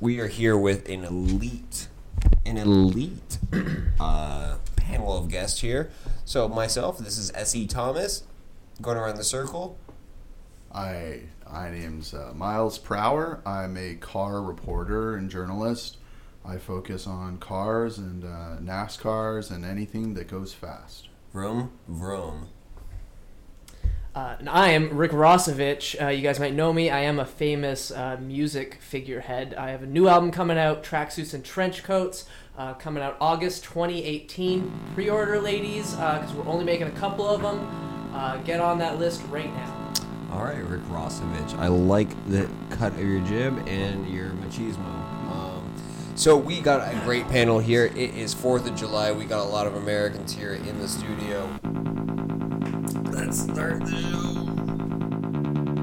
we are here with an elite, an elite uh, panel of guests here. So myself, this is S.E. Thomas, going around the circle. I I name's uh, Miles Prower. I'm a car reporter and journalist. I focus on cars and uh, NASCARs and anything that goes fast. Vroom, vroom. Uh, and I am Rick Rossovich. Uh, you guys might know me. I am a famous uh, music figurehead. I have a new album coming out, Tracksuits and Trench Coats, uh, coming out August 2018. Pre order, ladies, because we're only making a couple of them. Uh, get on that list right now. All right, Rick Rossovich. I like the cut of your jib and your machismo. Um, so we got a great panel here. It is Fourth of July. We got a lot of Americans here in the studio. Let's start the show.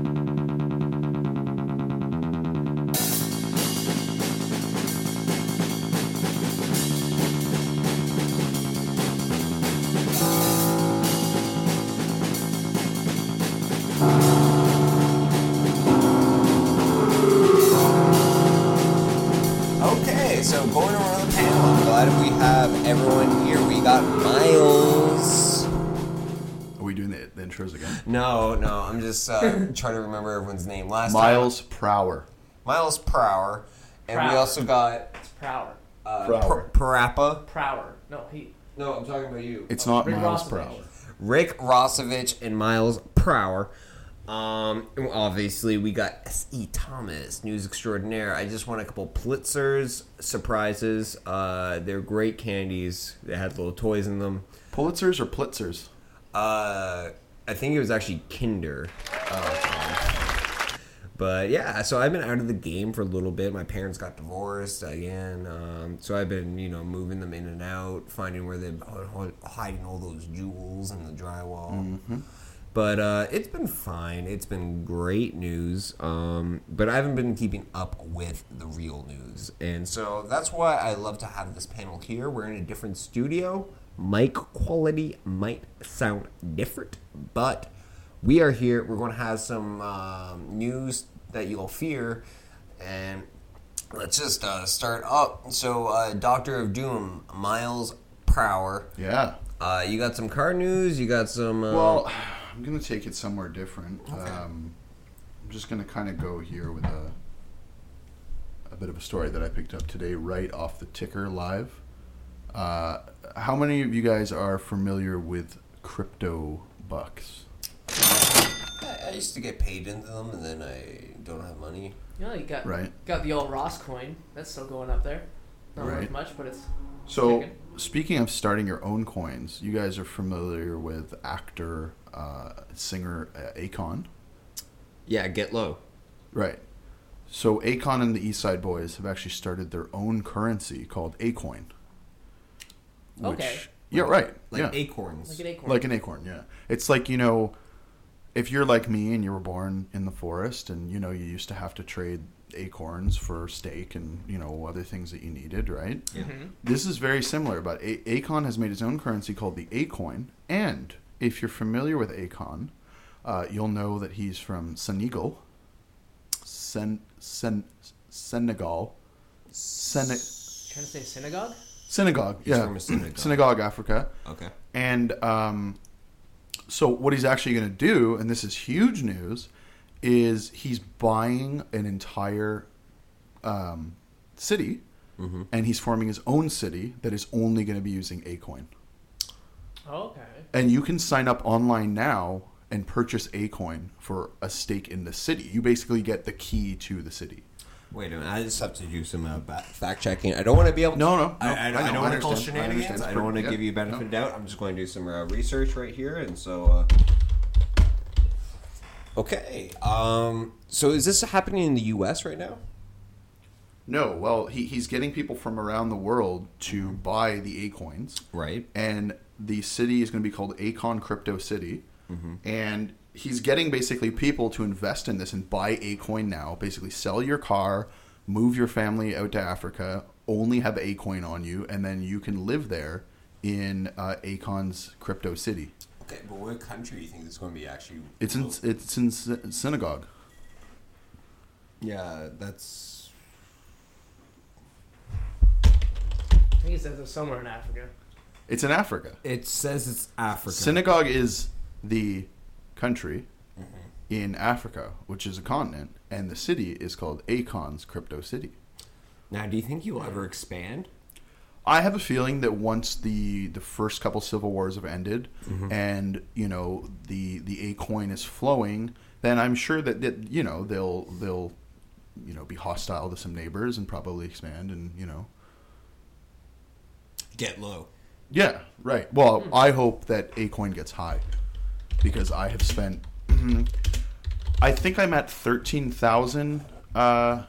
Okay, so going around the panel, I'm glad we have everyone here. We got Miles. Are we doing the, the intros again? No, no, I'm just uh, trying to remember everyone's name. Last Miles Prower. time, Miles Prower, and we Prower. also got It's Prower. uh, Prower. Pr- Parappa. Prower. No, he. No, I'm talking about you. It's not Rick Miles Rossovich. Prower. Rick Rossovich and Miles Prower. Um, and obviously, we got S.E. Thomas, news extraordinaire. I just won a couple Pulitzers, surprises. Uh, they're great candies. They had little toys in them. Pulitzers or Plitzers? Uh, I think it was actually Kinder. Um, But yeah, so I've been out of the game for a little bit. My parents got divorced again, um, so I've been you know moving them in and out, finding where they're hiding all those jewels in the drywall. But uh, it's been fine. It's been great news. Um, but I haven't been keeping up with the real news, and so that's why I love to have this panel here. We're in a different studio. Mic quality might sound different, but we are here. We're going to have some um, news that you'll fear, and let's just uh, start up. So, uh, Doctor of Doom, Miles Prower. Yeah. Uh, you got some car news. You got some. Uh, Well, I'm gonna take it somewhere different. Um, I'm just gonna kind of go here with a a bit of a story that I picked up today, right off the ticker live. Uh, how many of you guys are familiar with crypto bucks? I, I used to get paid into them, and then I don't have money. You know, you got, Right. got the old Ross coin. That's still going up there. Not Right. worth much, but it's. So, Chicken. speaking of starting your own coins, you guys are familiar with actor, uh, singer uh, Akon, Yeah, get low. right? So, Akon and the East Side Boys have actually started their own currency called Acoin. Okay. Yeah, right. Like yeah. acorns. Like an acorn. like an acorn yeah it's like you know if you're like me and you were born in the forest and you know you used to have to trade acorns for steak and you know other things that you needed right Yeah. this is very similar but a- acon has made its own currency called the acoin and if you're familiar with acon uh, you'll know that he's from senegal Sen- Sen- senegal Sen- Trying to say synagogue? synagogue yeah from a synagogue. synagogue africa Okay. and um, so, what he's actually going to do, and this is huge news, is he's buying an entire um, city, and he's forming his own city that is only going to be using Acoin. Okay. And you can sign up online now and purchase Acoin for a stake in the city. You basically get the key to the city. Wait a minute. I just have to do some uh, ba- fact checking. I don't want to be able. To, No, no, no. I, I, I know, I I don't want to call understand. I understand. shenanigans. It's I, don't pretty- want to yeah, give you benefit no. of doubt. I'm just going to do some uh, research right here, and so. Uh, okay. Um. So is this happening in the U.S. right now? No, well, he, he's getting people from around the world to buy the Acoins. Right. and the city is going to be called Acon Crypto City. And he's getting basically people to invest in this and buy Acoin now. Basically, sell your car, move your family out to Africa, only have Acoin on you, and then you can live there in uh, Acon's Crypto City. Okay, but what country do you think this is going to be actually? It's in it's in Sy- synagogue. Yeah, that's says it's somewhere in Africa. It's in Africa. It says it's Africa. Synagogue is the country in Africa, which is a continent, and the city is called Akon's Crypto City. now, do you think you'll ever expand? I have a feeling that once the the first couple civil wars have ended, and you know the the A coin is flowing, then I'm sure that, that you know they'll they'll you know be hostile to some neighbors and probably expand and you know Get low. yeah right. Well, I hope that A coin gets high because I have spent I think I'm at thirteen thousand uh,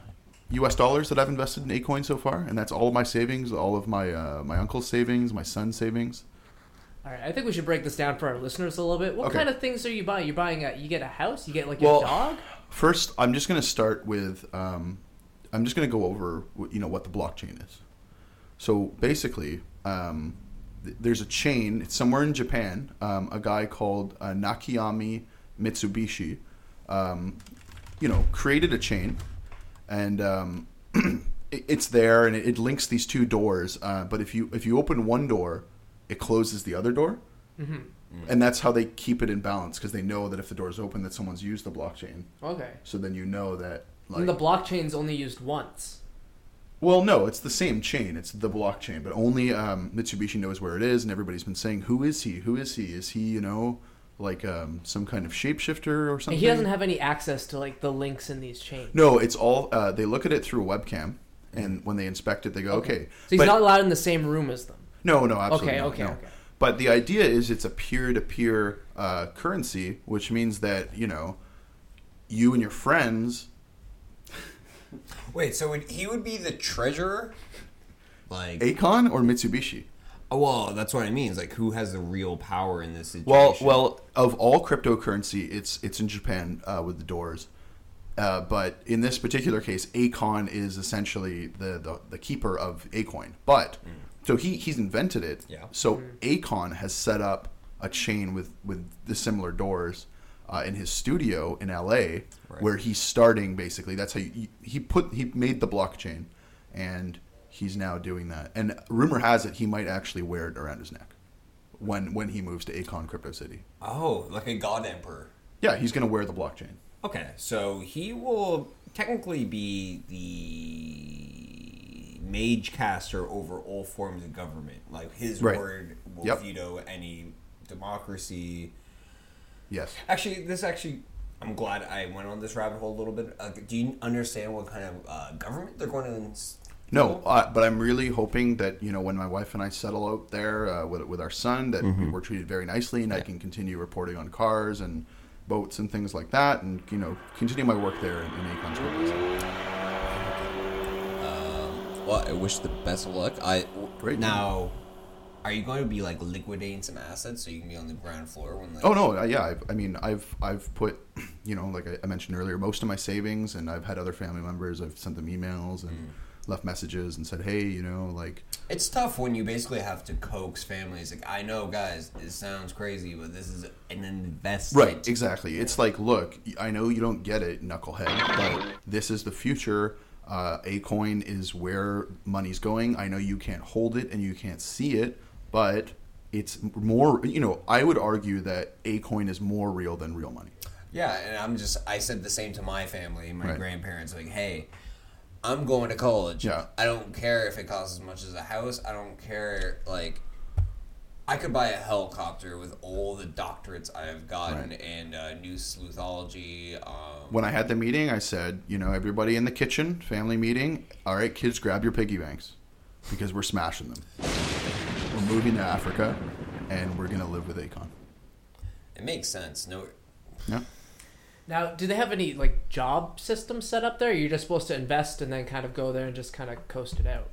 U.S. dollars that I've invested in A coin so far, and that's all of my savings, all of my uh, my uncle's savings, my son's savings. All right, I think we should break this down for our listeners a little bit. What Okay. kind of things are you buying? You're buying a, you get a house, you get like your Well, dog. First, I'm just going to start with um, I'm just going to go over wh- you know what the blockchain is. So basically, um, th- there's a chain. It's somewhere in Japan. Um, a guy called uh, Nakayami Mitsubishi, um, you know, created a chain, and um, it, it's there and it, it links these two doors. Uh, but if you if you open one door, it closes the other door and that's how they keep it in balance because they know that if the door's open that someone's used the blockchain Okay, so then you know that like and the blockchain's only used once. well no it's the same chain it's the blockchain but only um, mitsubishi knows where it is and everybody's been saying who is he who is he is he you know like um, some kind of shapeshifter or And something he doesn't have any access to like the links in these chains. no it's all uh, they look at it through a webcam and when they inspect it they go okay, so he's But- not allowed in the same room as them. No, no, absolutely. Okay, not, okay, no. okay. But the idea is it's a peer-to-peer uh, currency, which means that you know, you and your friends. Wait, so would, he would be the treasurer? Like, Akon or Mitsubishi? oh, well, that's what I mean. It's like, who has the real power in this situation? Well, well, of all cryptocurrency, it's it's in Japan uh, with the doors. Uh, but in this particular case, Akon is essentially the, the, the keeper of Acoin. But so he, he's invented it. Mm. Yeah. So Akon has set up a chain with with the similar doors uh, in his studio in LA, Right. where he's starting basically. That's how you, he put he made the blockchain, and he's now doing that. And rumor has it he might actually wear it around his neck when when he moves to Akon Crypto City. Oh, like a god emperor. Yeah, he's gonna wear the blockchain. Okay, so he will technically be the mage caster over all forms of government. Like his Right. word will Yep. veto any democracy. Yes. Actually, this actually, I'm glad I went on this rabbit hole a little bit. Uh, do you understand what kind of uh, government they're going to? ins- No, uh, but I'm really hoping that you know when my wife and I settle out there uh, with with our son that we're treated very nicely, and I can continue reporting on cars and boats and things like that, and you know continue my work there in, in Akon's Crypto City. Well, I wish the best of luck. I Great. now. Are you going to be like liquidating some assets so you can be on the ground floor when? Like, Oh no, uh, yeah, I've, I mean I've I've put you know like I, I mentioned earlier most of my savings, and I've had other family members. I've sent them emails and left messages and said, hey, you know like It's tough when you basically have to coax families. Like, I know, guys, it sounds crazy, but this is an investment. Right, exactly. It's like, look, I know you don't get it, knucklehead, but this is the future. Uh, a coin is where money's going. I know you can't hold it and you can't see it, but it's more, you know, I would argue that a coin is more real than real money. Yeah, and I'm just, I said the same to my family, my Right. grandparents, like, hey, I'm going to college. Yeah. I don't care if it costs as much as a house. I don't care, like, I could buy a helicopter with all the doctorates I've gotten Right. and uh, new sleuthology. Um, When I had the meeting, I said, you know, everybody in the kitchen, family meeting, all right, kids, grab your piggy banks because we're smashing them. We're moving to Africa and we're going to live with Akon. it makes sense. No, Yeah. Now, do they have any like job system set up there? You're just supposed to invest and then kind of go there and just kind of coast it out.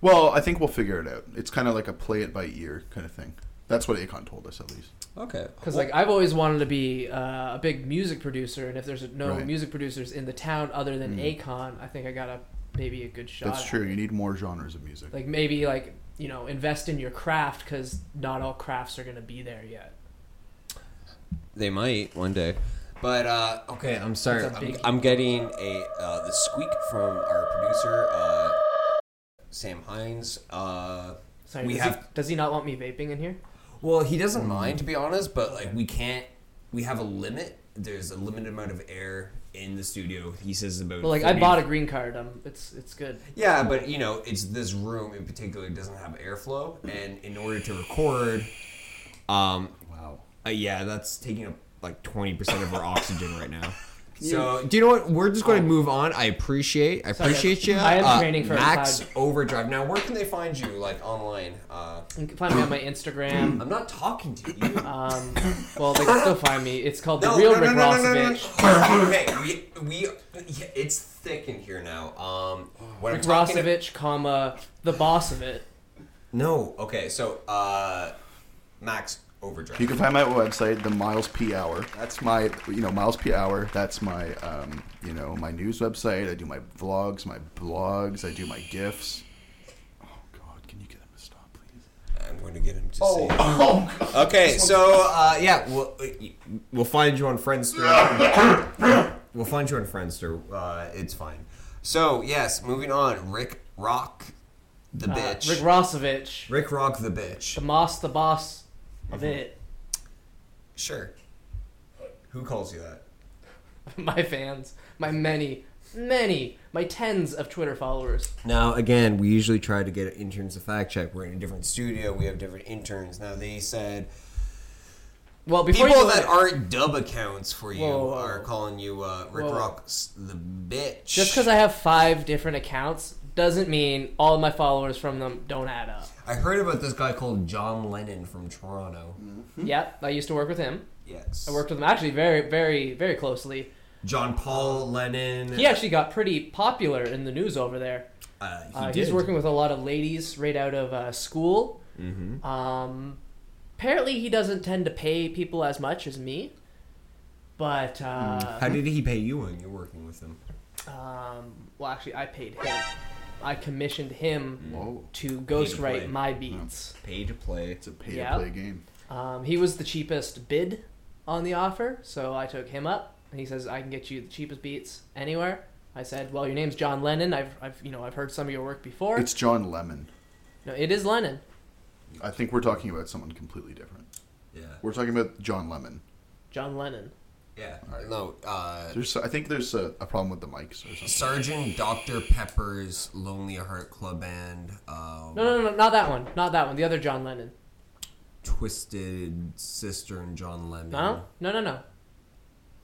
Well, I think we'll figure it out. It's kind of like a play it by ear kind of thing. That's what Akon told us, at least. okay. Because like I've always wanted to be uh, a big music producer, and if there's no Right. Mm-hmm. music producers in the town other than Akon, I think I got a maybe a good shot. That's at true. it. You need more genres of music. Like maybe like you know invest in your craft because not all crafts are gonna be there yet. They might one day. But uh, okay, I'm sorry. That's a I'm, biggie. I'm getting a uh, the squeak from our producer. Uh, Sam Hines. Uh, Sorry, we does, have he, does he not want me vaping in here? Well, he doesn't mind to be honest, but like we can't. We have a limit. There's a limited amount of air in the studio. He says about. Well, like I bought a green card. Um, it's it's good. Yeah, but you know, it's this room in particular doesn't have airflow, and in order to record, um, wow, uh, yeah, that's taking up like twenty percent of our oxygen right now. So, do you know what? We're just going to move on. I appreciate, I Um, Sorry, appreciate you. I am Uh, training for Max five- Overdrive. Now, where can they find you, like online? Uh, You can find me on my Instagram. I'm not talking to you. Um, well, they can still find me. It's called No, the Real no, Rick no, no, no, no, Rossovich. no. okay, we, we yeah, it's thick in here now. Um, what Rick I'm talking ab- Rossovich, comma the boss of it. no, okay, so uh, Max Overdrive. You can find my website, the Miles P Hour. That's my, you know, Miles P Hour. That's my, um, you know, my news website. I do my vlogs, my blogs. I do my gifs. Oh God, can you get him to stop, please? I'm going to get him to say. it. Oh God. Okay, so uh, yeah, we'll we'll find you on Friendster. we'll find you on Friendster. Uh, it's fine. So yes, moving on. Rick Rock, the Uh, bitch. Rick Rossovich, Rick Rock, the bitch. the Moss, the boss Mm-hmm. of it. Sure. Who calls you that? My fans, my many, many, my tens of Twitter followers. Now, again, we usually try to get interns to fact check. We're in a different studio. We have different interns. Now, they said Well, before people you go that there- aren't dub accounts for you Whoa, whoa, whoa. are calling you uh, Rick Whoa. Rock's the bitch. just because I have five different accounts doesn't mean all my followers from them don't add up. I heard about this guy called John Lennon from Toronto. Yep, I used to work with him. Yes. Mm. I worked with him actually very, very, very closely. John Paul Lennon. He actually got pretty popular in the news over there. Uh, he Uh, did. he's working with a lot of ladies right out of uh, school. Mm-hmm. Um, apparently, he doesn't tend to pay people as much as me. But uh, How did he pay you when you're working with him? um, well, actually, I paid him. I commissioned him Whoa, to Mm. play. Oh. ghostwrite my beats. Pay to play. it's a pay to play Yeah. game. Um, he was the cheapest bid on the offer, so I took him up. And he says, "I can get you the cheapest beats anywhere." I said, "Well, your name's John Lennon. I've, I've you know, I've heard some of your work before. It's John Lemon. no, it is Lennon. I think we're talking about someone completely different. Yeah. We're talking about John Lemon. John Lennon. Yeah. No. Uh, There's, I think there's a, a problem with the mics or something. Sergeant Dr. Pepper's Lonely Heart Club Band. Um, No, no, no, no, not that one. Not that one. The other John Lennon. Twisted Sister and John Lemon. No, no, no, no.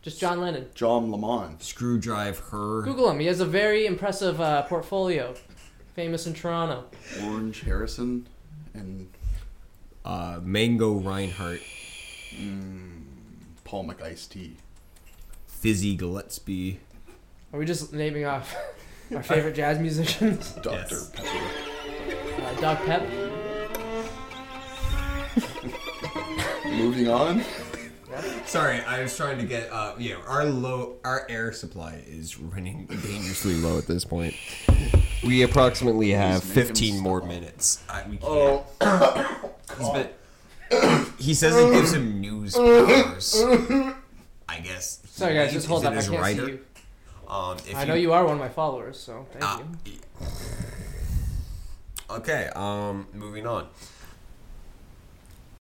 Just John Lennon. John Lemon. Screwdrive her. Google him. He has a very impressive uh, portfolio. Famous in Toronto. Orange Harrison, and Uh, Mango Reinhardt. Paul McIce T. Fizzy Gillespie. Are we just naming off our favorite jazz musicians? Dr. Yes. Pepper. Uh, Doc Pep. Moving on. Sorry, I was trying to get. Uh, yeah, our low, our air supply is running dangerously low at this point. We approximately have Please make him 15 more stop. minutes. I, we can't. Oh, He's been- he says it gives him newspapers. I guess. he Sorry guys, believes just hold it up. I is can't writer. see you. Um, if I know you are one of my followers, so thank Ah, you. yeah. okay. Um, moving on.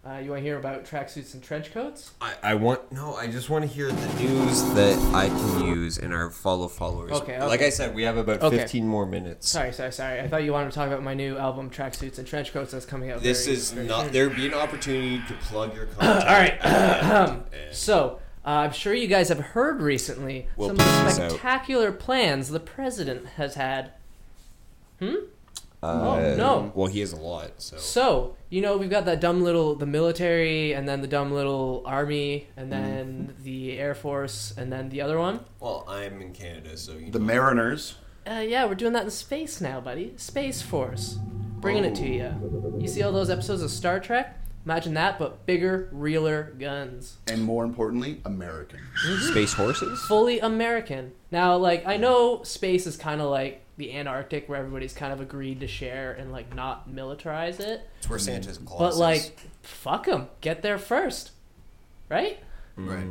Uh, you want to hear about tracksuits and trench coats? I, I want no. I just want to hear the news that I can use in our follow followers. Okay, Like okay. I said, we have about Okay. 15 more minutes. Sorry, sorry, sorry. I thought you wanted to talk about my new album, Tracksuits and Trench Coats, that's coming out. This very- is very not. soon. There'd be an opportunity to plug your content. All right. um, so uh, I'm sure you guys have heard recently We'll some of bleep the this out. spectacular plans the president has had. Uh, Hmm? Oh, no. Well, he has a lot. So. So you know we've got that dumb little the military, and then the dumb little army, and Mm-hmm. then the air force, and then the other one. Well, I'm in Canada, so you. the know. Mariners. Uh, yeah, we're doing that in space now, buddy. Space Force, bringing it to you. You see all those episodes of Star Trek? Imagine that, but bigger, realer guns. And more importantly, American. space horses. fully American. Now, like, I know space is kind of like the Antarctic where everybody's kind of agreed to share and, like, not militarize it. It's where Santa's Claus. But, is. like, fuck them. Get there first. Right? Right.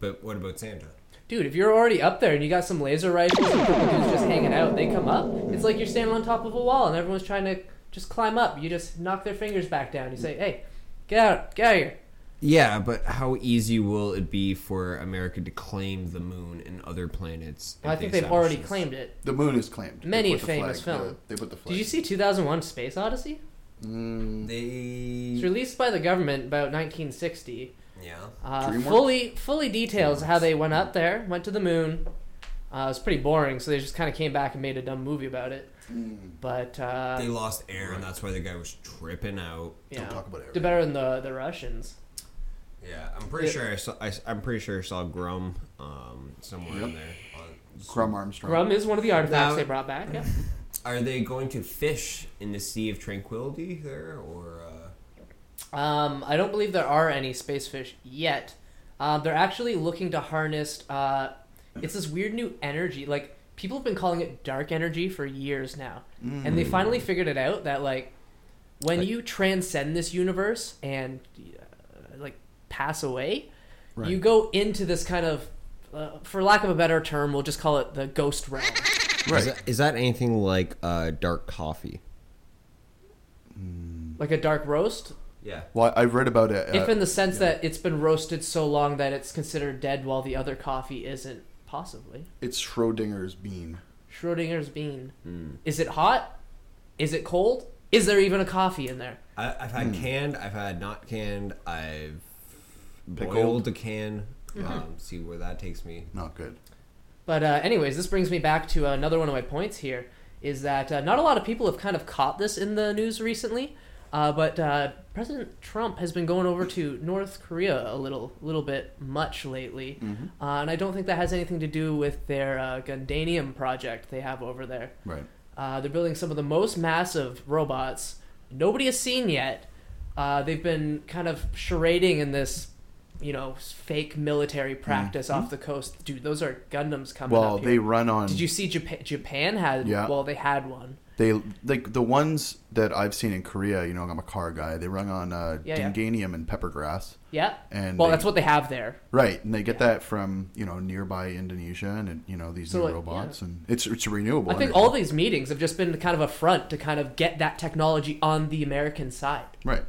But what about Santa? dude, if you're already up there and you got some laser rifles and purple dudes just hanging out, they come up. It's like you're standing on top of a wall and everyone's trying to just climb up. You just knock their fingers back down. You say, hey, get out, get out of here. Yeah, but how easy will it be for America to claim the moon and other planets? Well, I if think they they've already establish this? claimed it. The moon is claimed. They Many put the famous flag- film. yeah, they put the flag. Did you see 2001 Space Odyssey? Mm, It's They. released by the government about 1960. Yeah. Uh, DreamWorks? fully, fully details how DreamWorks. they went up there, went to the moon. Uh, it was pretty boring, so they just kind of came back and made a dumb movie about it. Mm. But uh, They lost air, and that's why the guy was tripping out. you don't know, talk about it. they're better than the the Russians. Yeah, I'm pretty Yeah. sure I saw. I, am pretty sure I saw Grum um, somewhere in there. Uh, On, Crum Armstrong. Grum is one of the artifacts Now- they brought back. Yeah. Are they going to fish in the Sea of Tranquility there, or uh, Um, I don't believe there are any space fish yet. Uh, they're actually looking to harness. Uh, it's this weird new energy. Like people have been calling it dark energy for years now, and they finally figured it out that like when you transcend this universe and uh, like pass away, Right. you go into this kind of, uh, for lack of a better term, we'll just call it the ghost realm. is, that, is that anything like uh, dark coffee? like a dark roast Yeah. Well, I- I've read about it. if uh, in the sense that it's been roasted so long that it's considered dead while the other coffee isn't possibly it's Schrodinger's bean. schrodinger's bean is it hot is it cold is there even a coffee in there I, I've had canned. I've had not canned. I've Pickled. boiled a can. Um, see where that takes me. Not good. but uh, anyways this brings me back to uh, another one of my points here is that uh, not a lot of people have kind of caught this in the news recently uh, but uh, President Trump has been going over to North Korea a little, little bit much lately, uh, and I don't think that has anything to do with their uh, Gundanium project they have over there. Right. Uh, they're building some of the most massive robots nobody has seen yet. Uh, they've been kind of charading in this, you know, fake military practice off the coast. Dude, those are Gundams coming Mm-hmm. Well, up here. they run on. Did you see Japan? Japan had Yeah. well, they had one. They like the ones that I've seen in Korea. You know, I'm a car guy. They run on uh, Yeah, yeah. dinganium and peppergrass. Yeah. And well, they- that's what they have there. Right, and they get that from you know nearby Indonesia and uh, you know these So, new like, robots, and it's it's renewable. I think energy. all these meetings have just been kind of a front to kind of get that technology on the American side. right.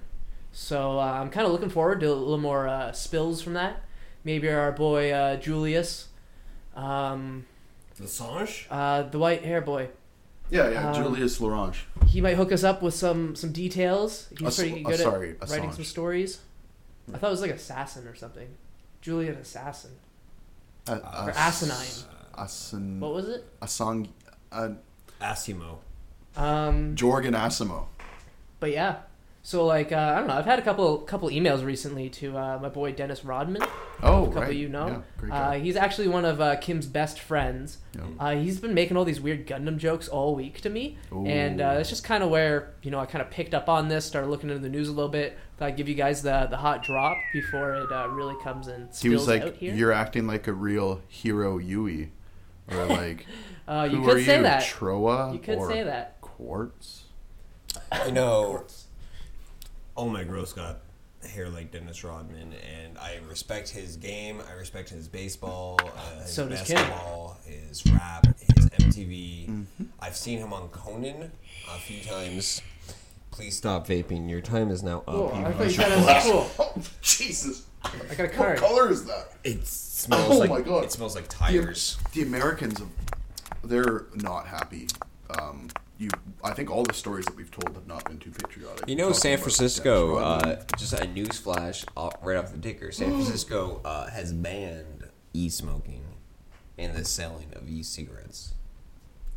So uh, I'm kind of looking forward to a little more uh, spills from that. Maybe our boy uh, Julius, um, Assange. uh, the white hair boy. Yeah, yeah. Um, Julius Larange. he might hook us up with some some details. He's Ass- pretty uh, good sorry, at writing Assange. some stories. I thought it was like assassin or something. Julian assassin Uh, or uh, asinine. Asin, What was it? Asang, uh, Asimo. Um, Jorgen Asimo. but yeah. So like uh, I don't know. I've had a couple couple emails recently to uh, my boy Dennis Rodman. Oh, a couple right. you Yeah, know. great uh, guy. he's actually one of uh, Kim's best friends. Yeah. Uh, he's been making all these weird Gundam jokes all week to me, Ooh. and uh, that's just kind of where you know I kind of picked up on this, started looking into the news a little bit. Thought I'd give you guys the the hot drop before it uh, really comes and he spills was like, out here. "You're acting like a real hero, Yui," or like, uh, you "Who could are say you, that. Troa?" You could or say that. Quartz. I know. All my growth's got hair like Dennis Rodman, and I respect his game. I respect his baseball, uh, his So does Kim. basketball, his rap, his MTV. I've seen him on Conan a few times. Please stop vaping. Your time is now up. Cool. You Oh, I thought you must- said that was cool. Oh, Jesus! I got a card. color is that? It smells Oh like my God. it smells like The, tires. the Americans, they're not happy. Um, you, I think all the stories that we've told have not been too patriotic. You know, Talking San about Francisco, Dennis Rodman. uh, just a news flash off, right off the ticker. Mm. San Francisco uh, has banned e smoking and the selling of e cigarettes.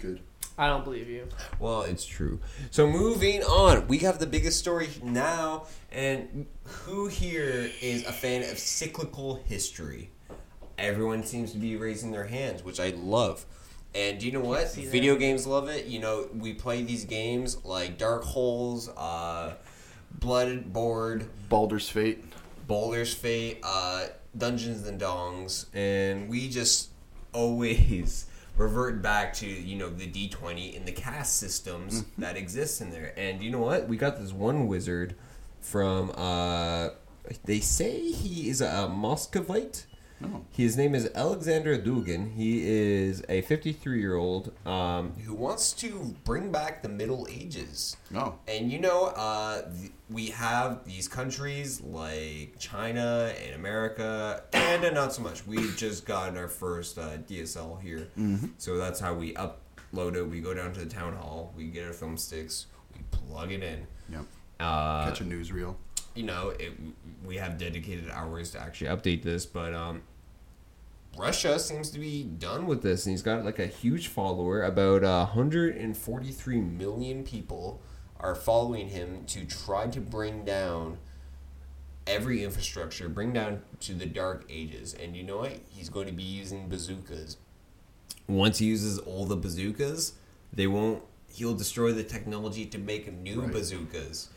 good. I don't believe you. Well, it's true. So, moving on, we have the biggest story now, and who here is a fan of cyclical history? Everyone seems to be raising their hands, which I love. And do you know what? see that. Video games love it. You know, we play these games like Dark Holes, uh, Blooded Board. Baldur's Fate. Boulder's Fate, uh, Dungeons and Dongs, and we just always revert back to you know the D twenty and the cast systems that exist in there. And you know what? We got this one wizard from. Uh, they say he is a Moscovite. No. His name is Alexander Dugin. He is a 53 year old um, who wants to bring back the Middle Ages. No. And you know, uh, th- we have these countries like China and America, and uh, not so much. We've just gotten our first uh, DSL here, so that's how we upload it. We go down to the town hall, we get our film sticks, we plug it in. Yep. Uh, Catch a newsreel. you know, it, we have dedicated hours to actually update this, but um, Russia seems to be done with this, and he's got like a huge follower. About uh, 143 million people are following him to try to bring down every infrastructure, bring down to the dark ages. And you know what? He's going to be using bazookas. Once he uses all the bazookas, they won't. He'll destroy the technology to make new Right. bazookas.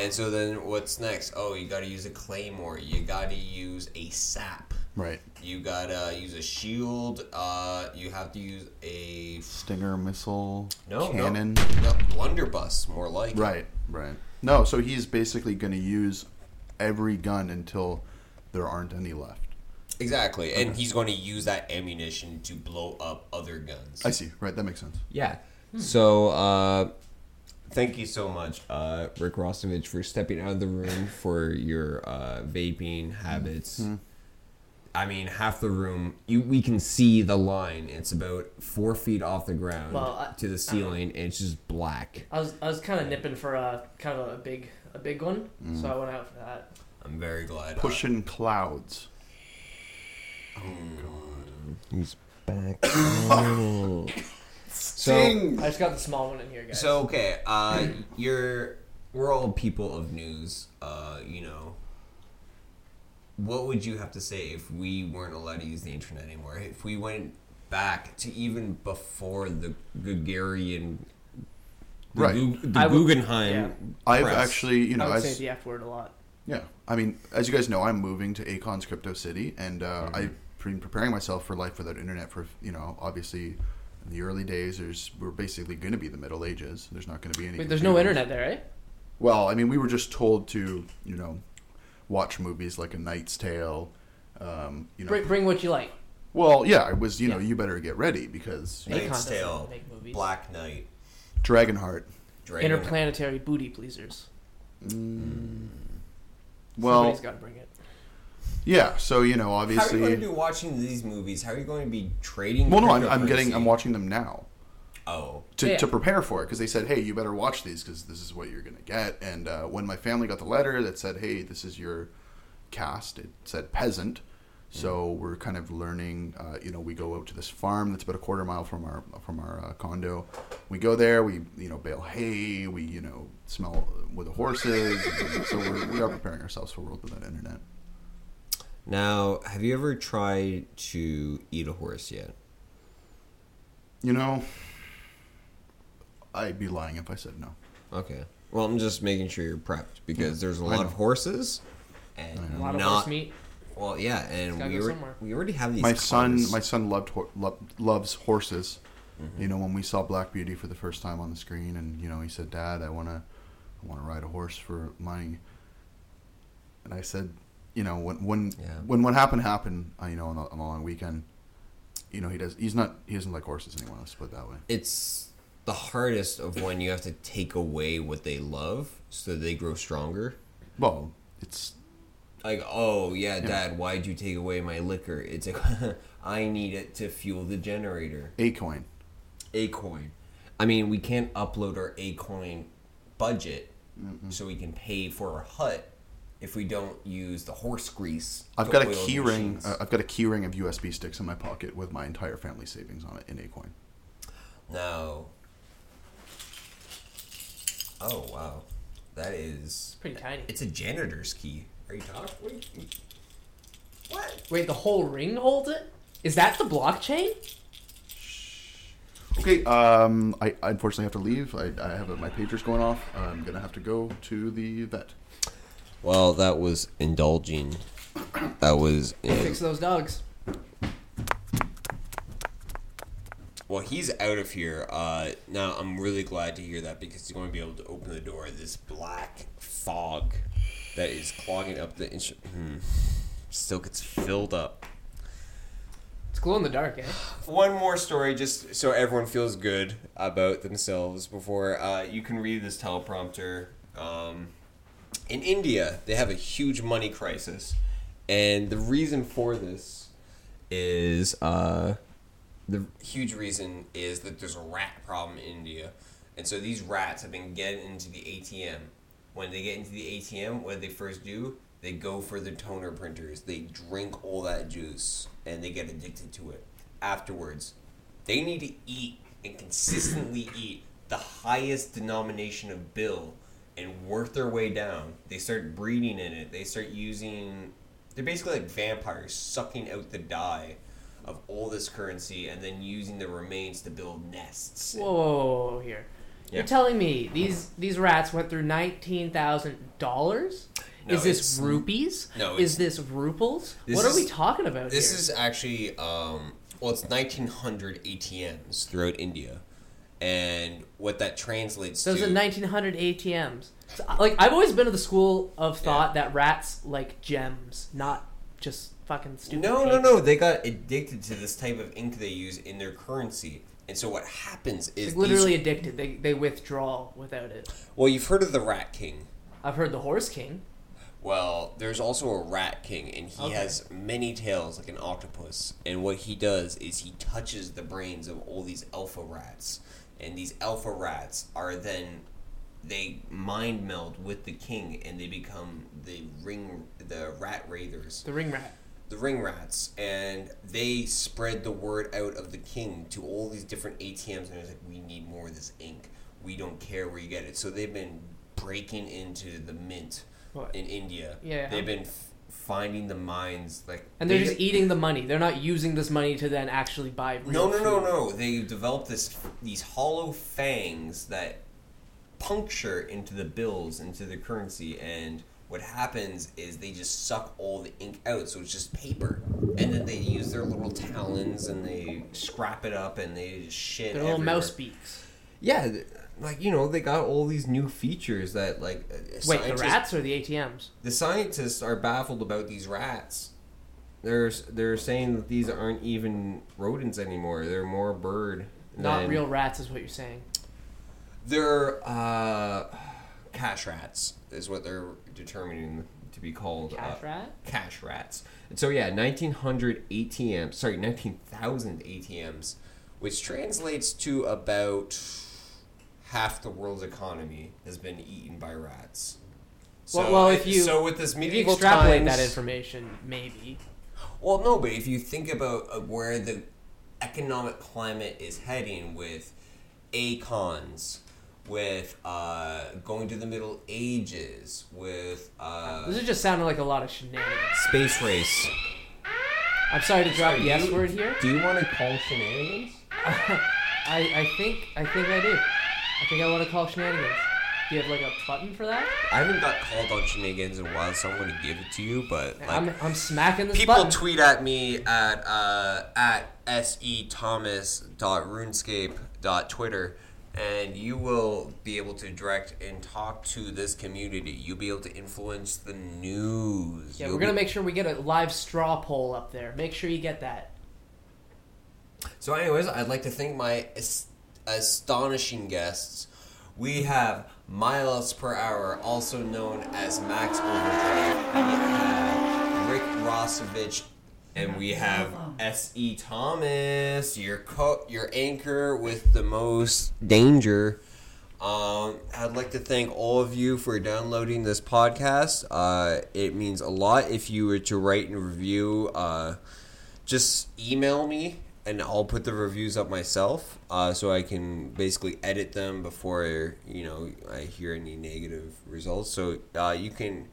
And so then what's next? Oh, you got to use a claymore. You got to use a sap. Right. You gotta use a shield. Uh, you have to use a Stinger missile. no Cannon. No, no, blunderbuss, more like. Right. Right. No. So he's basically going to use every gun until there aren't any left. Exactly, and he's going to use that ammunition to blow up other guns. I see. Right. That makes sense. Yeah. Hmm. So, uh, thank you so much, uh, Rick Rostovich, for stepping out of the room for your uh, vaping habits. I mean, half the room, you, we can see the line. It's about four feet off the ground Well, I- to the ceiling, and it's just black. I was I was kind of nipping for a kind of a big a big one, so Mm. I went out for that. I'm very glad. uh, Pushing clouds. He's back. so, Sting! I just got the small one in here, guys. so okay. Uh, you're we're all people of news. Uh, you know. What would you have to say if we weren't allowed to use the internet anymore? If we went back to even before the Gagarian, the, Right. Gu- the I would- Guggenheim. I've press. actually, you know, I would as- say the F word a lot. Yeah, I mean, as you guys know, I'm moving to Acon's Crypto City, and uh, Mm-hmm. I've been preparing myself for life without internet. For you know, obviously, in the early days, there's we're basically going to be the Middle Ages. There's not going to be any. Wait, there's no computers. internet there, eh? Well, I mean, we were just told to, you know, watch movies like A Knight's Tale. Um, you know, Bring, bring what you like. well, yeah, it was you know, Yeah. you better get ready because Akon Knight's doesn't Tale, make movies. Black Knight, Dragonheart. Dragon. Interplanetary booty pleasers. Well, Somebody's got to bring it. yeah, so you know, How are you going to obviously, be watching these movies? How are you going to be trading? well, no, I'm, I'm getting, I'm cryptocurrency? watching them now. Oh, to, Yeah. to prepare for it because they said, hey, you better watch these because this is what you're going to get. And uh, when my family got the letter that said, hey, this is your cast, it said peasant. So we're kind of learning. Uh, you know, we go out to this farm that's about a quarter mile from our from our uh, condo. We go there. We you know bale hay. We you know smell with the horses. so we're, we are preparing ourselves for a world without internet. Now, have you ever tried to eat a horse yet? You know, I'd be lying if I said no. Okay. Well, I'm just making sure you're prepped because there's a I lot know. of horses and A lot of not, horse meat. Well, yeah, and gotta we, go alre- somewhere. we already have these. my son cars. my son loved ho- lo- loves horses Mm-hmm. you know when we saw black beauty for the first time on the screen and you know he said dad i want to i want to ride a horse for money and i said you know when when Yeah. when what happened happened uh, you know on the, on the long weekend you know he does he's not he doesn't like horses anymore let's put it that way It's the hardest of when you have to take away what they love so they grow stronger. well it's Like, oh yeah, Dad, why'd you take away my liquor? It's like I need it to fuel the generator. a coin Acoin. I mean, we can't upload our Acoin budget so we can pay for our hut if we don't use the horse grease. I've to got a oil the key ring. machines. Uh, I've got a key ring of USB sticks in my pocket with my entire family savings on it in Acoin. no. Oh wow, that is. Pretty tiny. It's a janitor's key. Are you talking? What? are you- what? Wait, the whole ring holds it? Is that the blockchain? Okay, um, I I unfortunately have to leave. I, I have a, my pager's going off. I'm gonna have to go to the vet. Well, that was indulging. That was. Fix those dogs. Well, he's out of here. Uh, now I'm really glad to hear that because he's going to be able to open the door. This black fog that is clogging up the instrument hmm, still gets filled up. It's glow in the dark, eh? One more story, just so everyone feels good about themselves before uh, you can read this teleprompter. Um, in India, they have a huge money crisis, and the reason for this is uh, the huge reason is that there's a rat problem in India, and so these rats have been getting into the ATM. When they get into the ATM, what do they first do? They go for their toner printers. They drink all that juice, and they get addicted to it. Afterwards, they need to eat and consistently eat the highest denomination of bill and work their way down. They start breeding in it. They start using. They're basically like vampires, sucking out the dye of all this currency and then using the remains to build nests. Whoa, whoa, whoa, whoa, here. Yeah. You're telling me these these rats went through nineteen thousand dollars? No, is this it's- rupees? no, Is it's- this ruples? This what are we is- talking about This here? is actually um, well, it's 1900 ATMs throughout India, and what that translates Those to. are 1900 ATMs. So, like I've always been of the school of thought that rats like gems, not just fucking stupid. no, no, paper. no! They got addicted to this type of ink they use in their currency, and so what happens is Like, these- literally addicted. They they withdraw without it. well, you've heard of the Rat King. I've heard the horse king. Well, there's also a rat king, and he Okay. has many tails like an octopus. And what he does is he touches the brains of all these alpha rats, and these alpha rats are then they mind meld with the king, and they become the ring, the rat raiders, The ring rat. the ring rats, and they spread the word out of the king to all these different ATMs. And it's like, we need more of this ink. We don't care where you get it. So they've been breaking into the mint What? in India. Yeah. They've been f- finding the mines like And they're they just de- eating the money. They're not using this money to then actually buy. No, no, Real no, food. no. They developed this these hollow fangs that puncture into the bills, into the currency, and what happens is they just suck all the ink out, so it's just paper. And then they use their little talons and they scrap it up and they just shit. They're little everywhere. mouse beaks. Yeah, th- like you know, they got all these new features that like uh, Wait, the scientists- rats or the ATMs? the scientists are baffled about these rats. They're they're saying that these aren't even rodents anymore. They're more bird. Not than- real rats is what you're saying. They're uh, cash rats is what they're determining to be called. Cash uh, rat? Cash rats. And so yeah, 1900 ATMs. Sorry, 19,000 ATMs, which translates to about half the world's economy has been eaten by rats. So, Well- well, if you- so with this If you medieval extrapolate times, that information, maybe. well, no, but if you think about uh, where the economic climate is heading with acons, with uh, going to the Middle Ages, with uh, This is just sounding like a lot of shenanigans. space race. I'm sorry to drop Sorry, the you- S word here. Do you want to call shenanigans? I, I think I think I do. I think I want to call shenanigans. Do you have like a button for that? I haven't got called on shenanigans in a while, so I'm going to give it to you. But like, I'm, I'm smacking this people button. tweet at me at uh, at sethomas.runescape.twitter and you will be able to direct and talk to this community. You'll be able to influence the news. yeah, You'll we're gonna be- make sure we get a live straw poll up there. Make sure you get that. So, anyways, I'd like to thank my as- astonishing guests. We have Miles Per Hour, also known as Max Overdrive. We have Rick Rossovich, and we have S.E. Thomas, your co- your anchor with the most danger. Um, I'd like to thank all of you for downloading this podcast. Uh, it means a lot if you were to write and review. Uh, just email me and I'll put the reviews up myself uh, so I can basically edit them before you know I hear any negative results. So uh, you can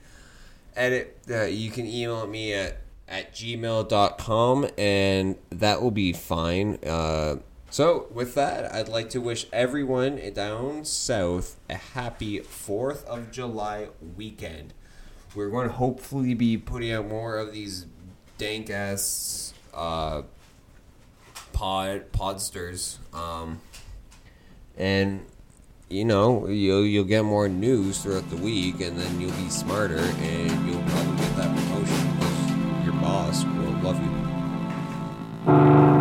edit uh, you can email me at at gmail.com and that will be fine. Uh, so with that, I'd like to wish everyone down south a happy 4th of July weekend. We're going to hopefully be putting out more of these dank ass uh, pod podsters, um, and you know you'll you'll get more news throughout the week, and then you'll be smarter, and you'll probably get that promotion. 'cause Your boss will love you. Bye.